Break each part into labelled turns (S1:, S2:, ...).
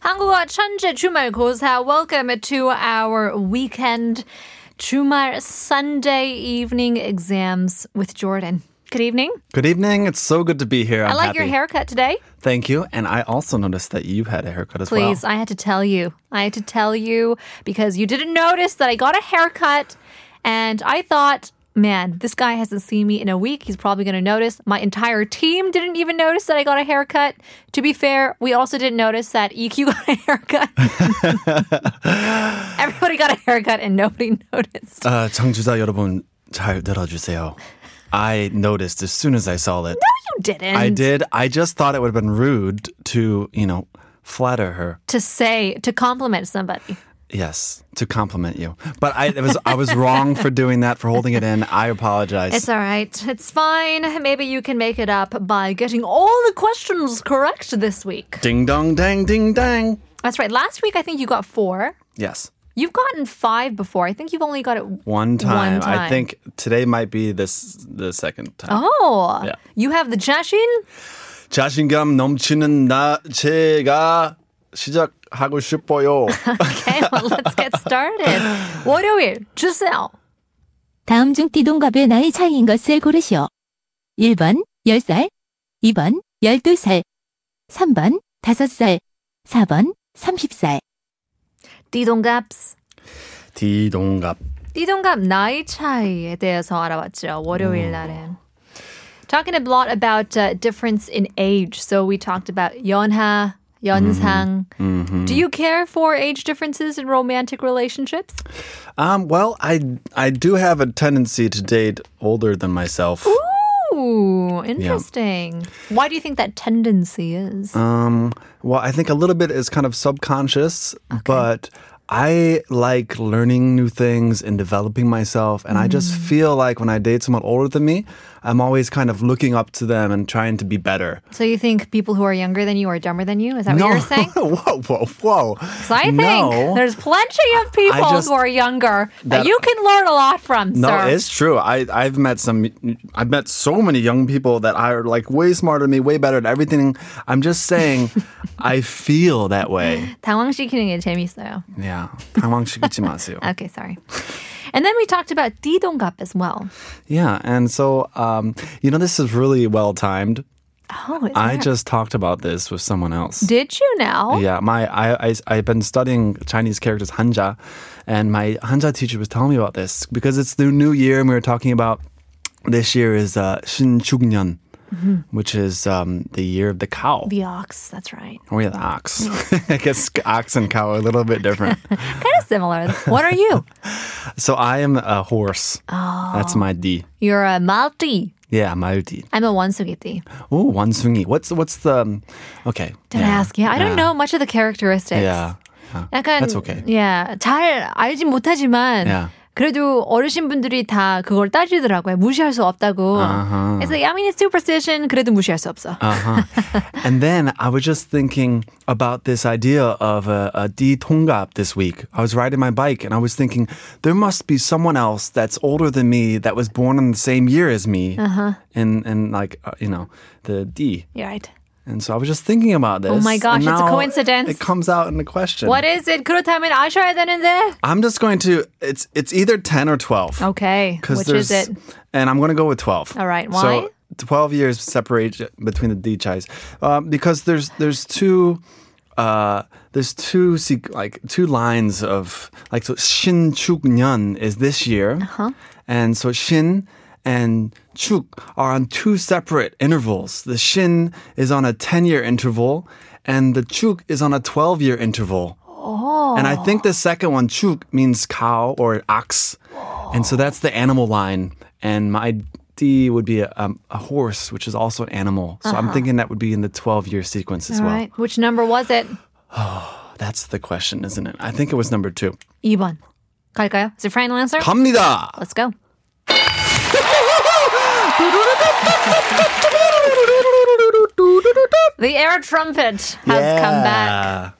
S1: 한국어 천재 주말고사. Welcome to our weekend 주말 Sunday evening exams with Jordan. Good evening.
S2: Good evening. It's so good to be here.
S1: i
S2: I'm
S1: like your
S2: happy.
S1: haircut today.
S2: Thank you. And I also noticed that you had a haircut as
S1: Please,
S2: well.
S1: I had to tell you. I had to tell you because you didn't notice that I got a haircut and I thought, man, this guy hasn't seen me in a week. He's probably going to notice. My entire team didn't even notice that I got a haircut. To be fair, we also didn't notice that EQ got a haircut. Everybody got a haircut and nobody noticed.
S2: Uh, 청취자 여러분 잘 들어주세요. I noticed as soon as I saw it.
S1: You didn't.
S2: I did. I just thought it would have been rude to, you know, flatter her.
S1: To say, to compliment somebody.
S2: Yes, to compliment you. But I it was I was wrong for doing that for holding it in. I apologize.
S1: It's all right. It's fine. Maybe you can make it up by getting all the questions correct this week.
S2: ding dong dang ding dang.
S1: That's right. Last week, I think you got four.
S2: Yes.
S1: You've gotten five before. I think you've only got it.
S2: One time.
S1: time.
S2: I think today might be this the second time.
S1: Oh,
S2: Yeah.
S1: you have the jashin.
S2: 자신감 넘치는 나 제가 시작하고 싶어요.
S1: Okay, well, let's get started. 월요일, Giselle.
S3: 다음 중 띠동갑의 나이 차이인 것을 고르시오. 1번 10살, 2번 12살, 3번 5살, 4번 30살.
S1: 띠동갑스.
S2: 디동갑.
S1: 띠동갑 나이 차이에 대해서 알아봤죠. 월요일 날에. Talking a lot about uh, difference in age. So we talked about 연하, 연상. Do you care for age differences in romantic relationships?
S2: Um, well, I I do have a tendency to date older than myself.
S1: Ooh, interesting. Why do you think that tendency is?
S2: Um, well, I think a little bit is kind of subconscious, but I like learning new things and developing myself. And I
S1: Mm.
S2: just feel like when I date someone older than me, I'm always kind of looking up to them and trying to be better.
S1: So you think people who are younger than you are dumber than you? Is that what you're saying?
S2: whoa, whoa, whoa.
S1: 'Cause I think
S2: no.
S1: there's plenty of people
S2: just-
S1: who are younger that,
S2: that-
S1: you can learn a lot from,
S2: No,
S1: sir.
S2: it's true. I I've met some. I've met so many young people that are like way smarter than me, way better at everything. I'm just saying, I feel that way.
S1: 당황시키는 게 재밌어요.
S2: Yeah. 당황시키지 마세요.
S1: Okay, sorry. And then we talked about 띠동갑 as well.
S2: Yeah, and so um, you know, this is really well timed.
S1: Oh, is there-
S2: I just talked about this with someone else.
S1: Did you now?
S2: Yeah, my I, I I've been studying Chinese characters Hanja, and my Hanja teacher was telling me about this because it's the new year, and we were talking about this year is uh, 신축년, which is um, the year of the cow
S1: Mm-hmm. The ox, that's right.
S2: or the ox. I guess ox and cow are a little bit different.
S1: Kind of similar. What are you?
S2: so I am a horse.
S1: Oh.
S2: That's my D.
S1: You're a Malti.
S2: Yeah, my D.
S1: I'm a Wansugiti.
S2: Oh, wansungi. What's what's the? um, Okay.
S1: Don't ask. Yeah, I don't know much of the characteristics.
S2: Yeah. yeah.
S1: 약간
S2: That's okay.
S1: yeah, 잘 알진 못하지만
S2: Yeah.
S1: 그래도 어르신 분들이 다 그걸 따지더라고요. 무시할 수 없다고.
S2: 아하.
S1: It's like I mean it's superstition. 그래도 무시할 수 없어.
S2: Uh-huh. and then I was just thinking about this idea of a, a D Tongap this week. I was riding my bike and I was thinking there must be someone else that's older than me that was born in the same year as me. Uh-huh. And and like uh, you know the D.
S1: You're right.
S2: And so I was just thinking about this.
S1: Oh my gosh,
S2: and
S1: it's a
S2: now
S1: coincidence.
S2: It comes out in the question.
S1: What is it? 그렇다면 아셔야 되는데.
S2: I'm just going to. It's it's either ten or twelve.
S1: Okay. Which is
S2: there's-
S1: it?
S2: And I'm going to go with 12.
S1: All right, why?
S2: So 12 years separate between the D chais. Um, because there's there's two uh, there's two sequ- like two lines of like so Shin Chuk Nyan is this year. Uh-huh. And so Shin and Chuk are on two separate intervals. The Shin is on a 10 year interval and the Chuk is on a 12 year interval. And I think the second one, chuk, means cow or ox. And so that's the animal line. And my D would be a, um, a horse, which is also an animal. So I'm thinking that would be in the 12 year sequence as
S1: All
S2: well.
S1: right. Which number was it?
S2: That's the question, isn't it? I think it was number two.
S1: 2번. 갈까요? Is it final answer?
S2: 갑니다!
S1: Let's go. The air trumpet has come back.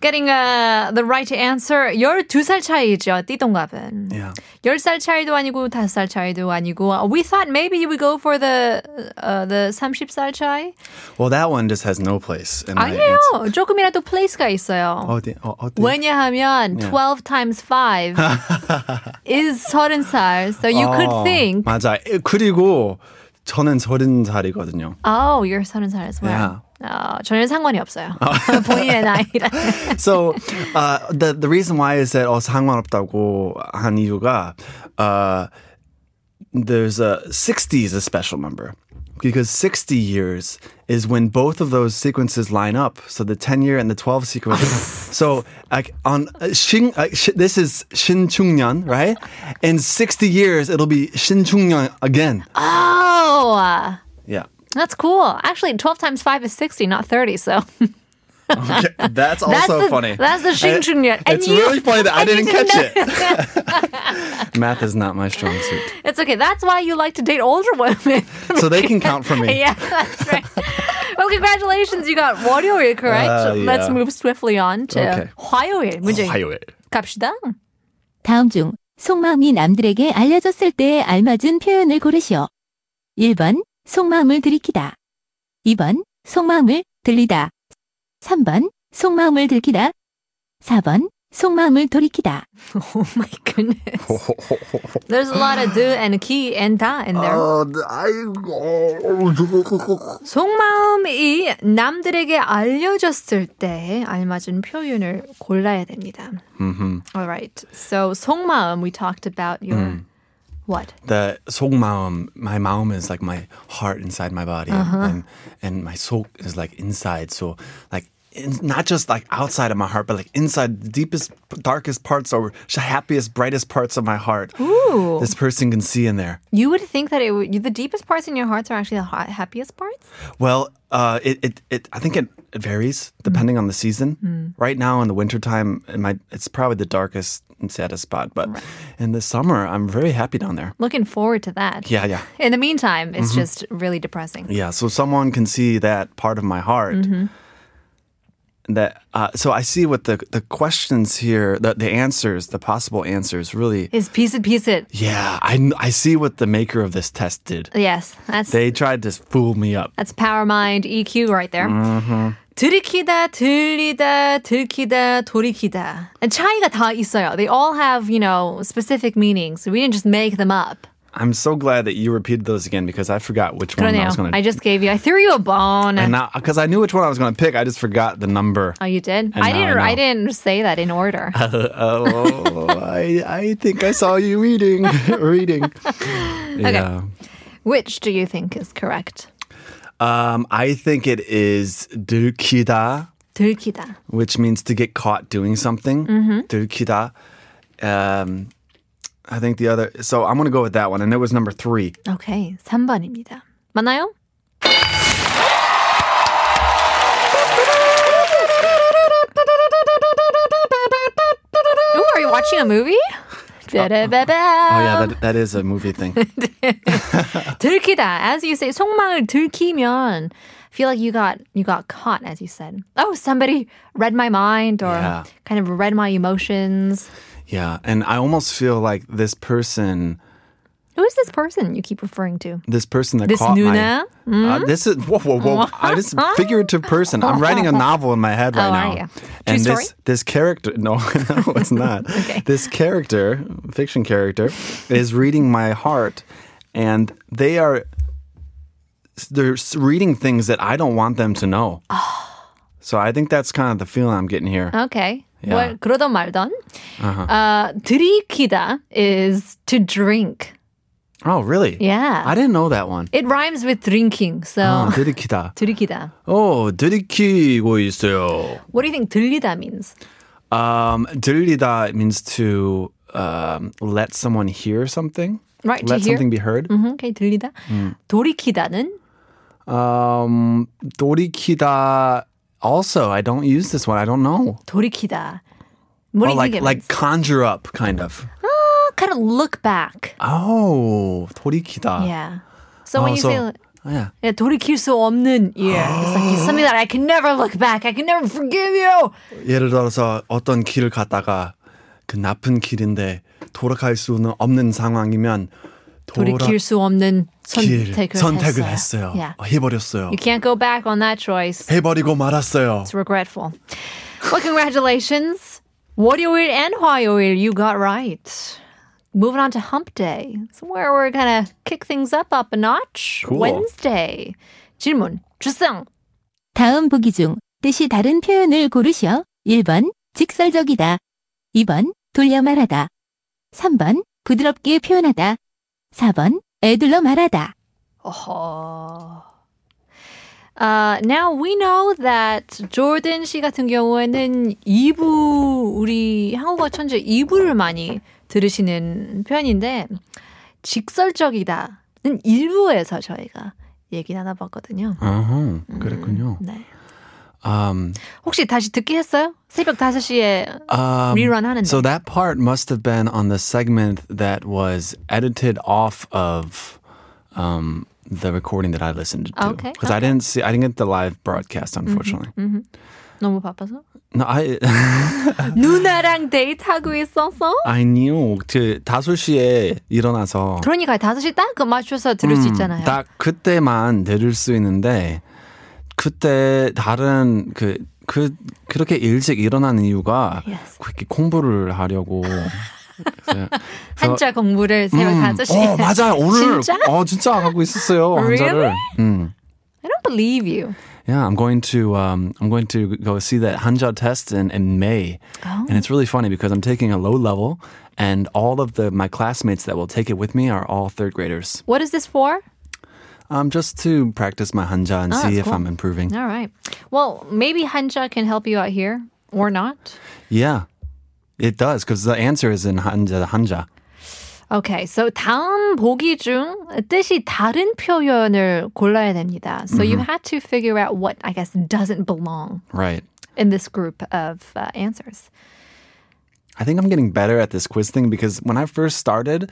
S1: Getting uh, the right answer. 12살 차이죠. 띠동갑은.
S2: Yeah.
S1: 10살 차이도 아니고 5살 차이도 아니고 uh, we thought maybe you would go for the uh, the 30살 차이.
S2: Well, that one just has no place in my
S1: 아니에요.
S2: answer.
S1: 조금이라도 place가 있어요.
S2: 어디, 어, 어디?
S1: 왜냐하면 12 times 5 is 30살. So you could
S2: 어,
S1: think,
S2: 맞아. 에, 그리고 저는 서른 살이거든요.
S1: oh, you're 30살 as well. 어, 전혀 상관이 없어요. 본인의 나이랑.
S2: So uh, the the reason why is that 어 상관없다고 한 이유가 uh, there's a 60 is a special number because 60 years is when both of those sequences line up. So the 10 year and the 12 sequence. so like on uh, Shin, uh, Shi- this is 신축년, right? In 60 years, it'll be 신축년 again.
S1: Oh, uh,
S2: Yeah.
S1: that's cool. Actually, 12 times 5 is 60, not 30. So
S2: Okay, that's also
S1: that's the,
S2: funny.
S1: That's the
S2: I-
S1: 신축년. And
S2: It's
S1: you-
S2: really funny that I
S1: and you
S2: didn't catch
S1: didn't know-
S2: it. Math is not my strong suit.
S1: It's okay. That's why you like to date older women.
S2: So they can count for me.
S1: yeah, that's right. well, congratulations. You got 월요일 correct.
S2: Uh,
S1: Let's
S2: yeah.
S1: move swiftly on to
S2: Okay.
S1: 화요일 문제
S2: 화요일.
S1: 갑시다.
S3: 다음 중 속마음이 남들에게 알려졌을 때에 알맞은 표현을 고르시오. 1번 속마음을 들이키다. 2번 속마음을 들리다. 3번 속마음을 들키다. 4번 속마음을 돌이키다.
S1: Oh my goodness. There's a lot of do and key and da in there.
S2: Uh. oh,
S1: 속마음이 남들에게 알려졌을 때 알맞은 표현을 골라야 됩니다.
S2: hmm
S1: All right. So 속마음 we talked about your
S2: Mm.
S1: what?
S2: The 속마음, my maum is like my heart inside my body,
S1: Uh-huh.
S2: and, and my sok is like inside. So like in, not just like outside of my heart, but like inside the deepest, darkest parts or sh- happiest, brightest parts of my heart.
S1: Ooh.
S2: This person can see in there.
S1: You would think that it would, the deepest parts in your hearts are actually the ha- happiest parts.
S2: Well, uh, it, it, it, I think it, it varies depending on the season. Right now in the wintertime, it might, it's probably the darkest and saddest spot. But in the summer, I'm very happy down there.
S1: Looking forward to that.
S2: Yeah, Mm-hmm. yeah.
S1: In the meantime, it's just really depressing.
S2: Yeah, so someone can see that part of my heart. That uh, so I see what the the questions here, the the answers, the possible answers, really.
S1: Is piece it, piece it.
S2: Yeah, I kn- I see what the maker of this test did.
S1: Yes, that's
S2: They tried to fool me up.
S1: that's power mind EQ right there.
S2: Mm-hmm.
S1: 들이키다, 들리다, 들키다, 돌이키다. And 차이가 다 있어요. They all have, you know, specific meanings. We didn't just make them up.
S2: I'm so glad that you repeated those again because I forgot which one Oh, I
S1: 그러네요.
S2: was going to.
S1: I just gave you, I threw you a bone.
S2: and now because I knew which one I was going to pick, I just forgot the number.
S1: oh, you did?
S2: And
S1: I
S2: now I
S1: didn't. I,
S2: know.
S1: didn't say that in order.
S2: oh, I I think I saw you eating reading. Yeah.
S1: Which do you think is correct?
S2: Um, I think it is 들키다.
S1: 들키다.
S2: which means to get caught doing something. 들키다. Um, I think the other. So I'm gonna go with that one, and it was number three.
S1: Okay, 3번입니다. 맞나요? Ooh, are you watching a movie?
S2: Oh
S1: Ba-da-ba-ba.
S2: yeah, that, that is a movie thing.
S1: 들키다. As you say, 속마음을 들키면 feel like you got you got caught as you said. Oh, somebody read my mind or
S2: Yeah.
S1: kind of read my emotions.
S2: yeah, and I almost feel like this person,
S1: Who is this person you keep referring to?
S2: this person that
S1: This
S2: caught
S1: Nuna?
S2: my.
S1: Mm-hmm.
S2: Uh, this is whoa, whoa, whoa! I this is figurative person. I'm writing a novel in my head right
S1: Oh, are
S2: now.
S1: you? True
S2: and
S1: story?
S2: this this character, no, no, it's not. This character, fiction character, is reading my heart, and they are they're s- reading things that I don't want them to know. So I think that's kind of the feeling I'm getting here.
S1: Okay.
S2: Yeah. Uh-huh.
S1: Well, 그러던 말던. Uh, 들이키다 is to drink.
S2: Oh, really?
S1: Yeah.
S2: I didn't know that one.
S1: It rhymes with drinking, so
S2: Oh, 들이키다.
S1: 들이키다.
S2: Oh, 들이키고 있어요.
S1: What do you think 들리다 means?
S2: Um, 들리다 means to um, let someone hear something.
S1: Right, to
S2: Let
S1: hear.
S2: something be heard.
S1: 음, okay, 들리다. 돌이키다는
S2: Um, 돌이키다. Also, I don't use this one. I don't know.
S1: 돌이키다. What do
S2: Or
S1: you
S2: like
S1: think it
S2: like
S1: means?
S2: conjure up, kind of.
S1: kind of look back.
S2: Oh, 돌이키다.
S1: Yeah. So when
S2: Oh,
S1: you
S2: so oh,
S1: say
S2: yeah.
S1: 예, 돌이킬 수 없는 예. It's like it's something that I can never look back. I can never forgive you.
S2: 예를 들어서 어떤 길을 갔다가 그 나쁜 길인데 돌아갈 수는 없는 상황이면
S1: 돌이킬 수 없는
S2: 길,
S1: 선택을,
S2: 선택을
S1: 했어요.
S2: 했어요.
S1: Yeah.
S2: 어, 해버렸어요.
S1: You can't go back on that choice.
S2: 해버리고 말았어요.
S1: It's regretful. Well, congratulations. 월요일 and 화요일, you got right. Moving on to hump day. It's where we're going to kick things up up a notch.
S2: Cool.
S1: Wednesday. 질문, 주성.
S3: 다음 보기 중 뜻이 다른 표현을 고르시오. 1번, 직설적이다. 2번, 돌려 말하다. 3번, 부드럽게 표현하다. 4번, 애둘러 말하다.
S1: 어허. Uh, now we know that 조든 씨 같은 경우에는 2부 우리 한국어 천재 2부를 많이 들으시는 편인데 직설적이다는 1부에서 저희가 얘기 나눠봤거든요.
S2: 아하, 그랬군요.
S1: 네.
S2: Um,
S1: 혹시 다시 듣기 했어요? 새벽 5시에
S2: um,
S1: 리런 하는데.
S2: So that part must have been on the segment that was edited off of um, the recording that I listened to.
S1: Okay, Mm-hmm,
S2: Because I didn't see, I didn't get the live broadcast, unfortunately.
S1: 너무 바빠서?
S2: No, I.
S1: 누나랑 데이트하고 있었어?
S2: 아니요. 그 다섯 시에 일어나서
S1: 그러니까 5시 딱 그 맞춰서 들을
S2: 음,
S1: 수 있잖아요.
S2: 딱 그때만 들을 수 있는데 그때 다른 그. 그 그렇게 일찍 일어나는 이유가
S1: Yes.
S2: 그렇게 공부를 하려고 그래서-
S1: 한자 공부를 새벽
S2: 음,
S1: 5시에.
S2: 어 맞아요 오늘
S1: 진짜?
S2: 어 진짜 하고 있었어요 한자를 음
S1: I don't believe you.
S2: yeah I'm going to um I'm going to go see that Hanja test in in May
S1: Oh.
S2: and it's really funny because I'm taking a low level and all of the my classmates that will take it with me are all third graders
S1: What is this for?
S2: Um, just to practice my hanja and
S1: Oh,
S2: see
S1: that's
S2: if
S1: cool.
S2: I'm improving.
S1: All right. Well, maybe Hanja can help you out here or not.
S2: Yeah, it does because the answer is in hanja. Hanja.
S1: Okay, so 다음 보기 중 뜻이 다른 표현을 골라야 됩니다. So
S2: 음.
S1: you had to figure out what I guess doesn't belong
S2: Right.
S1: in this group of uh, answers.
S2: I think I'm getting better at this quiz thing because when I first started,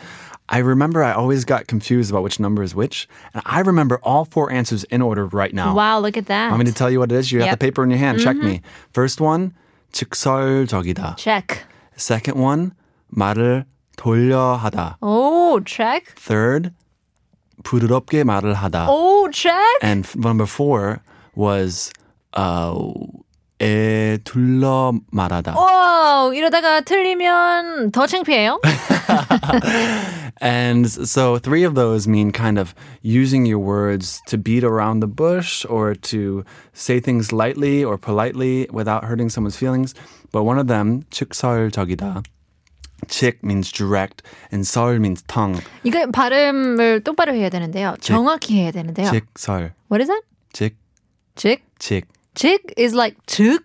S2: I remember I always got confused about which number is which, and I remember all four answers in order right now.
S1: Wow, look at that.
S2: Want me to tell you what it is? You got
S1: Yep.
S2: the paper in your hand. Check me. First one, 직설적이다.
S1: check.
S2: Second one, 말을 돌려 하다.
S1: Oh, check.
S2: Third, 부드럽게 말을 하다.
S1: Oh, check.
S2: And f- number four was uh, 에 둘러 말하다.
S1: Whoa, 이러다가 틀리면 더 창피해요.
S2: And s- so three of those mean kind of using your words to beat around the bush or to say things lightly or politely without hurting someone's feelings. But one of them, 직설적이다. Chik means direct, and 설 means tongue.
S1: 이거 발음을 똑바로 해야 되는데요. 정확히 해야 되는데요.
S2: 직설,
S1: What is that?
S2: 직,
S1: 즉.
S2: 직,
S1: 즉 is like 즉.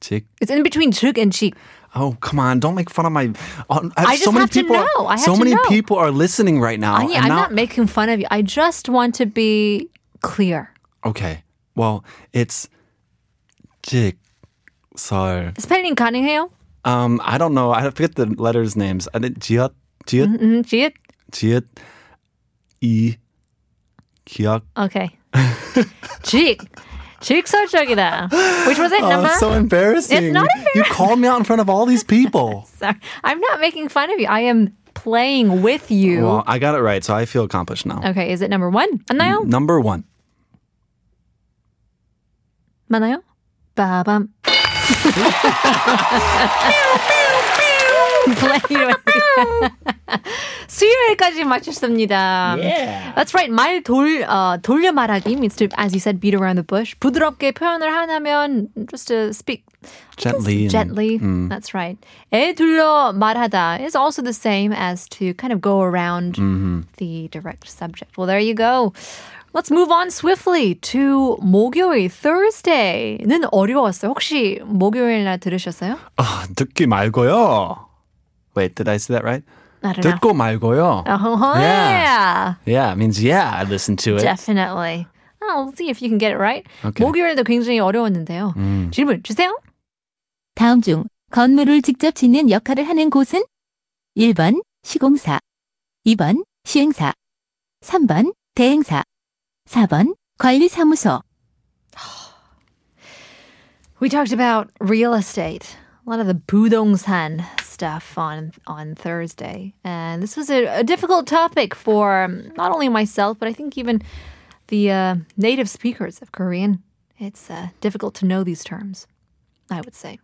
S2: 직.
S1: It's in between 즉 and cheek.
S2: Oh come on! Don't make fun of my. Oh, I,
S1: I
S2: so
S1: just
S2: many
S1: have to
S2: people are-
S1: know. I have
S2: so
S1: to
S2: many
S1: know.
S2: people are listening right now.
S1: 아니,
S2: Oh, and
S1: I'm
S2: now-
S1: not making fun of you. I just want to be clear.
S2: Okay. Well, it's Jig. So,
S1: 스펠링 가능해요?
S2: um, I don't know. I forget the letters names. I think Jiat, Jiat,
S1: 음, 지읒?
S2: Jiat, E, Kiak.
S1: Okay. 직. 직설적이다. Which was it,
S2: Oh,
S1: number?
S2: it's so embarrassing.
S1: It's not
S2: You called me out in front of all these people.
S1: Sorry. I'm not making fun of you. I am playing with you.
S2: well, I got it right, so I feel accomplished now.
S1: Okay, Oh. is it number one? 맞나요?
S2: Number one.
S1: 맞나요? 빠밤. Play with you. 수요일까지 마쳤습니다. That's right. 말 돌, 어, 돌려 말하기 means to, as you said, beat around the bush. 부드럽게 표현을 하냐면 just to speak
S2: Gently. and-
S1: gently. That's right. 애 둘러 말하다 is also the same as to kind of go around
S2: Mm-hmm.
S1: the direct subject. Well, there you go. Let's move on swiftly to 목요일, Thursday는 어려웠어요. 혹시 목요일 날 들으셨어요?
S2: 아, Oh, 듣기 말고요. Wait, did I say that right?
S1: I don't know.
S2: 듣고 말고요.
S1: Uh-huh.
S2: Yeah. Yeah, it means yeah, I listened to it.
S1: Definitely. Oh, we'll see if you can get it right.
S2: Okay. Mm.
S1: 목요일도 굉장히 어려웠는데요. 질문 주세요.
S3: 다음 중 건물을 직접 짓는 역할을 하는 곳은? 1번 시공사, 2번 시행사, 3번 대행사, 4번 관리사무소,
S1: We talked about real estate, a lot of the budongsan stuff on on Thursday, and this was a, a difficult topic for um, not only myself but I think even the uh, native speakers of Korean. It's uh, difficult to know these terms. I would say.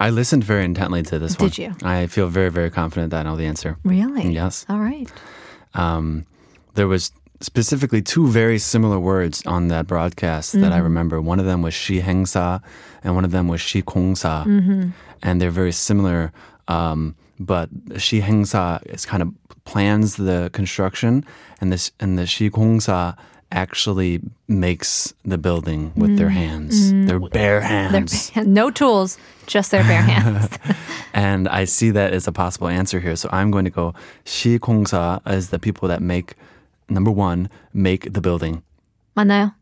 S2: I listened very intently to this one.
S1: Did you?
S2: I feel very, very confident that I know the answer.
S1: Really?
S2: Yes.
S1: All right.
S2: um, there was specifically two very similar words on that broadcast that I remember. One of them was shi hengsa, and one of them was shi kongsa, and they're very similar. Um, but shi hengsa is kind of plans the construction, and this and the shi kongsa actually makes the building with their hands, Mm-hmm. their bare hands.
S1: no tools, just their bare hands.
S2: And I see that as a possible answer here. So I'm going to go Shi Kongsa as the people that make number one, make the building.
S1: 맞나요?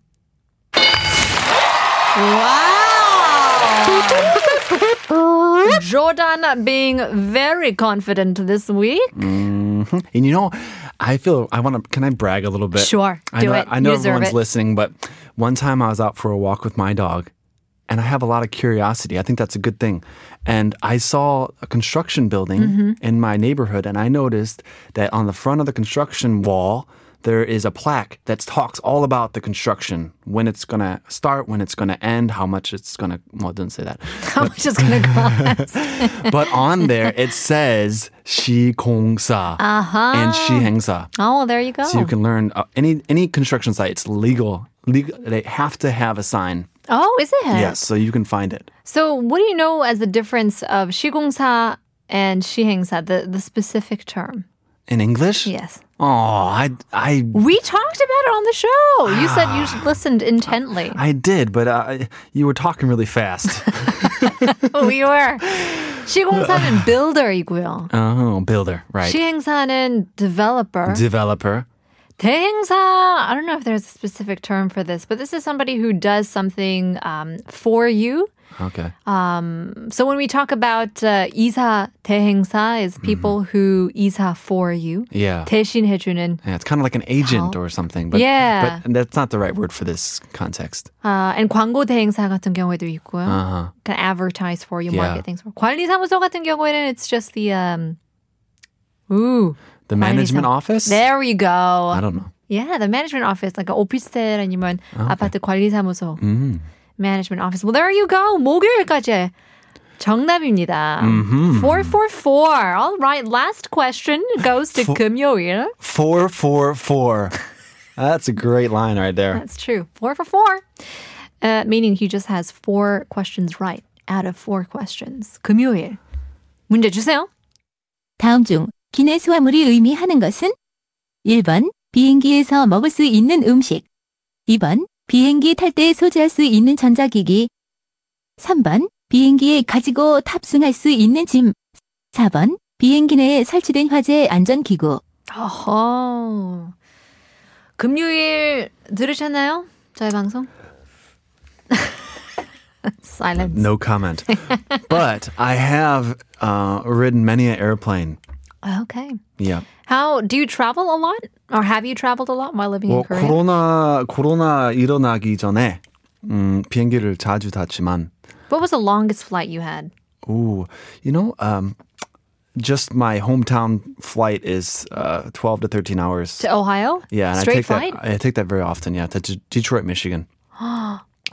S1: Wow! Jordan being very confident this week.
S2: And you know, I feel I want to. Can I brag a little bit?
S1: Sure,
S2: I
S1: do
S2: know,
S1: it.
S2: I know
S1: You deserve
S2: everyone's
S1: it.
S2: listening, but one time I was out for a walk with my dog, and I have a lot of curiosity. I think that's a good thing. And I saw a construction building
S1: Mm-hmm.
S2: in my neighborhood, and I noticed that on the front of the construction wall. There is a plaque that talks all about the construction, when it's gonna start, when it's gonna end, how much it's gonna. Well, it doesn't say that,
S1: How much is going to cost?
S2: but on there it says "shi kong sa"
S1: Uh-huh.
S2: and "shi heng sa."
S1: Oh, there you go.
S2: So you can learn uh, any any construction site. It's legal. legal. They have to have a sign.
S1: oh, is it?
S2: Yes, so you can find it.
S1: So, what do you know as the difference of shigongsa and shihengsa, the, the specific term?
S2: In English?
S1: Yes.
S2: Oh, I I
S1: We talked about it on the show. You said you listened intently.
S2: I did, but uh, you were talking really fast.
S1: we were. 시공사는 builder이고요.
S2: oh, builder, right?
S1: 시행사는 developer.
S2: Developer.
S1: 대행사. I don't know if there's a specific term for this, but this is somebody who does something um, for you.
S2: Okay.
S1: Uh, So when we talk about uh, 이사 대행사, is people who 이사 for you.
S2: Mm-hmm. yeah.
S1: 대신해주는.
S2: yeah, it's kind of like an agent or something, but
S1: Oh. Yeah.
S2: but that's not the right word for this context.
S1: Uh, and 광고 대행사 같은 경우에도 있고요.
S2: Uh huh.
S1: Can advertise for you,
S2: Yeah.
S1: market things for. 관리사무소 같은 경우에는 it's just the um, ooh.
S2: The management
S1: 관리사-
S2: office.
S1: There we go.
S2: I don't know.
S1: Yeah, the management office, like a 오피스텔 아니면 아파트 관리사무소
S2: Mm.
S1: management office. Well, there you go. 목요일까지 정답입니다. 444. All right, last question goes to 금요일.
S2: Four four four. That's a great line right there.
S1: That's true. 444. Uh, meaning he just has four questions right out of four questions. 금요일. 문제 주세요.
S3: 다음 중 기내수화물이 의미하는 것은? 1번, 비행기에서 먹을 수 있는 음식. 2번, 비행기 탈 때 소지할 수 있는 전자기기. 3번, 비행기에 가지고 탑승할 수 있는 짐. 4번, 비행기 내에 설치된 화재 안전기구.
S1: 어허. 금요일 들으셨나요? 저희 방송? Silence.
S2: No comment. but I have uh, ridden many an airplane.
S1: Okay.
S2: Yeah.
S1: How do you travel a lot, or have you traveled a lot while living
S2: 뭐
S1: in Korea?
S2: 코로나 코로나 일어나기 전에 음, 비행기를 자주 탔지만
S1: What was the longest flight you had?
S2: ooh, you know, um, just my hometown flight is uh, 12 to 13 hours.
S1: To Ohio?
S2: yeah, and I
S1: straight
S2: take
S1: flight.
S2: that I take that very often. Yeah, to D- Detroit, Michigan.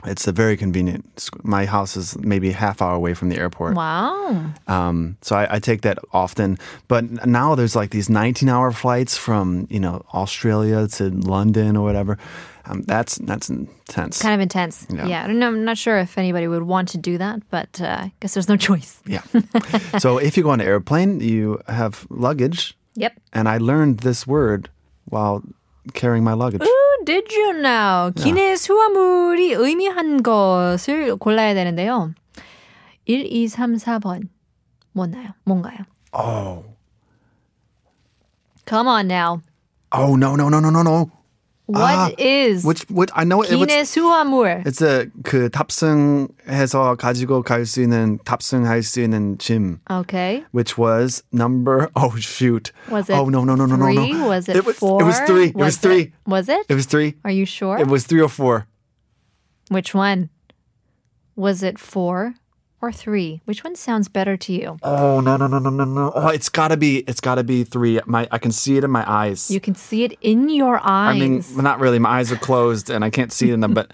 S2: it's a very convenient. it's- My house is maybe a half hour away from the airport.
S1: Wow.
S2: Um, so I, I take that often. But n- now there's like these 19 hour flights from you know Australia to London or whatever. Um, that's that's intense.
S1: Kind of intense. Yeah.
S2: Yeah.
S1: I don't know. I'm not sure if anybody would want to do that, but uh, I guess there's no choice.
S2: yeah. so if you go on an airplane, you have luggage,
S1: Yep.
S2: and I learned this word while carrying my luggage.
S1: Who did you know? 기내 수화물이 의미한 것을 골라야 되는데요. 1, 2, 3, 4번. 뭐나요? 뭔가요?
S2: Oh,
S1: Come on now.
S2: oh no no no no no no! 아,
S1: What is
S2: which which I know it was
S1: 기내 수화물?
S2: it's a 그 탑승해서 가지고 갈 수 있는 탑승할 수 있는 짐
S1: Okay.
S2: which was number oh shoot
S1: Was it
S2: oh no no no no no
S1: three?
S2: no
S1: Was it,
S2: it was
S1: four?
S2: it was three it was three
S1: It, was it?
S2: it was three
S1: Are you sure?
S2: it was three or four
S1: Which one? Was it four or three? Which one sounds better to you?
S2: oh no no no no no no oh it's gotta be it's gotta be three my I can see it in my eyes
S1: You can see it in your eyes.
S2: I mean not really my eyes are closed and I can't see it in them but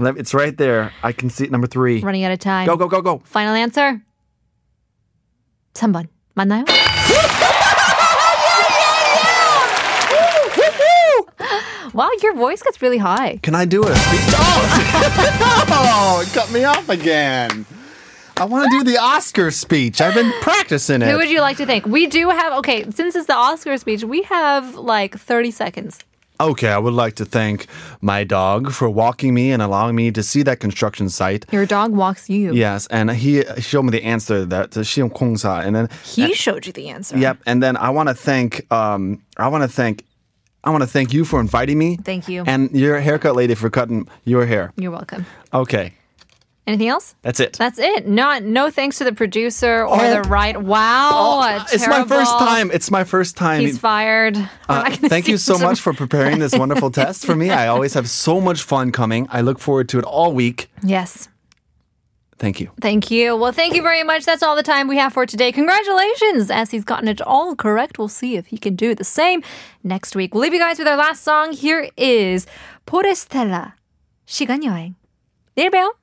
S2: let- it's right there I can see it number three
S1: running out of time.
S2: go go go go
S1: Final answer. 3번. 맞나요? wow, your voice gets really high.
S2: Can I do it? Oh, it cut me off again. I want to do the Oscar speech. I've been practicing
S1: Who
S2: it.
S1: would you like to thank? We do have okay, since it's the Oscar speech, we have like 30 seconds.
S2: Okay, I would like to thank my dog for walking me and allowing me to see that construction site.
S1: Your dog walks you.
S2: Yes, and he showed me the answer that to Xiong Kongsa, and then
S1: He showed you the answer.
S2: yep, and then I want to thank um I want to thank I want to thank you for inviting me.
S1: Thank you.
S2: And your haircut lady for cutting your hair.
S1: You're welcome.
S2: Okay,
S1: Anything else?
S2: that's it.
S1: That's it. Not no thanks to the producer or
S2: Oh.
S1: the right. Wow,
S2: Oh, it's my first
S1: terrible.
S2: time. It's my first time.
S1: He's fired. We're
S2: Uh,
S1: not gonna
S2: thank
S1: see
S2: you so
S1: him
S2: much for preparing this wonderful test for me. I always have so much fun coming. I look forward to it all week.
S1: tomorrow. Yes.
S2: Thank you.
S1: Thank you. Well, thank you very much. That's all the time we have for today. Congratulations, as he's gotten it all correct. We'll see if he can do the same next week. We'll leave you guys with our last song. Here is Por Estela, 시간 여행. 내일 봬요.